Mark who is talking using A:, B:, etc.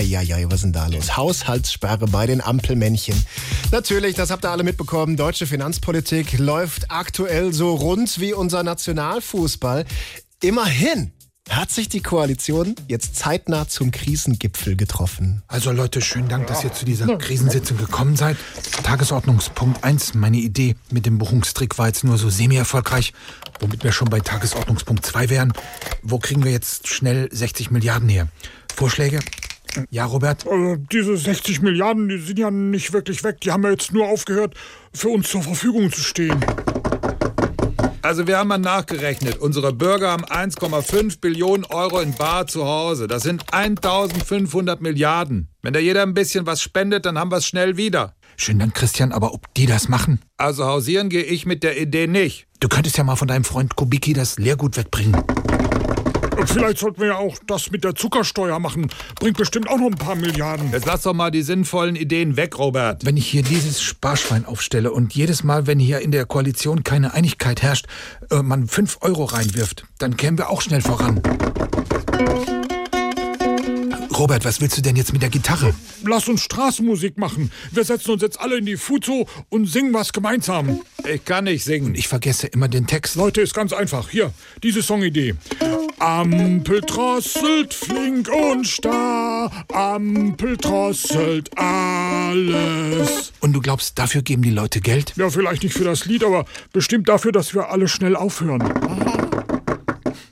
A: Eieiei, was ist denn da los? Haushaltssperre bei den Ampelmännchen. Natürlich, das habt ihr alle mitbekommen. Deutsche Finanzpolitik läuft aktuell so rund wie unser Nationalfußball. Immerhin hat sich die Koalition jetzt zeitnah zum Krisengipfel getroffen.
B: Also Leute, schönen Dank, dass ihr zu dieser Krisensitzung gekommen seid. Tagesordnungspunkt 1, meine Idee mit dem Buchungstrick war jetzt nur so semi-erfolgreich, womit wir schon bei Tagesordnungspunkt 2 wären. Wo kriegen wir jetzt schnell 60 Milliarden her? Vorschläge? Ja, Robert?
C: Äh, diese 60 Milliarden, die sind ja nicht wirklich weg. Die haben ja jetzt nur aufgehört, für uns zur Verfügung zu stehen.
D: Also wir haben mal nachgerechnet. Unsere Bürger haben 1,5 Billionen Euro in Bar zu Hause. Das sind 1500 Milliarden. Wenn da jeder ein bisschen was spendet, dann haben wir es schnell wieder.
B: Schönen Dank, Christian, aber ob die das machen?
D: Also hausieren gehe ich mit der Idee nicht.
B: Du könntest ja mal von deinem Freund Kubicki das Leergut wegbringen.
C: Vielleicht sollten wir ja auch das mit der Zuckersteuer machen. Bringt bestimmt auch noch ein paar Milliarden.
D: Jetzt lass doch mal die sinnvollen Ideen weg, Robert.
B: Wenn ich hier dieses Sparschwein aufstelle und jedes Mal, wenn hier in der Koalition keine Einigkeit herrscht, äh, man 5 Euro reinwirft, dann kämen wir auch schnell voran. Robert, was willst du denn jetzt mit der Gitarre?
C: Lass uns Straßenmusik machen. Wir setzen uns jetzt alle in die Fuzo und singen was gemeinsam.
D: Ich kann nicht singen.
B: Ich vergesse immer den Text.
C: Leute, ist ganz einfach. Hier, diese Songidee. Ampel drosselt flink und starr, Ampel drosselt alles.
B: Und du glaubst, dafür geben die Leute Geld?
C: Ja, vielleicht nicht für das Lied, aber bestimmt dafür, dass wir alle schnell aufhören.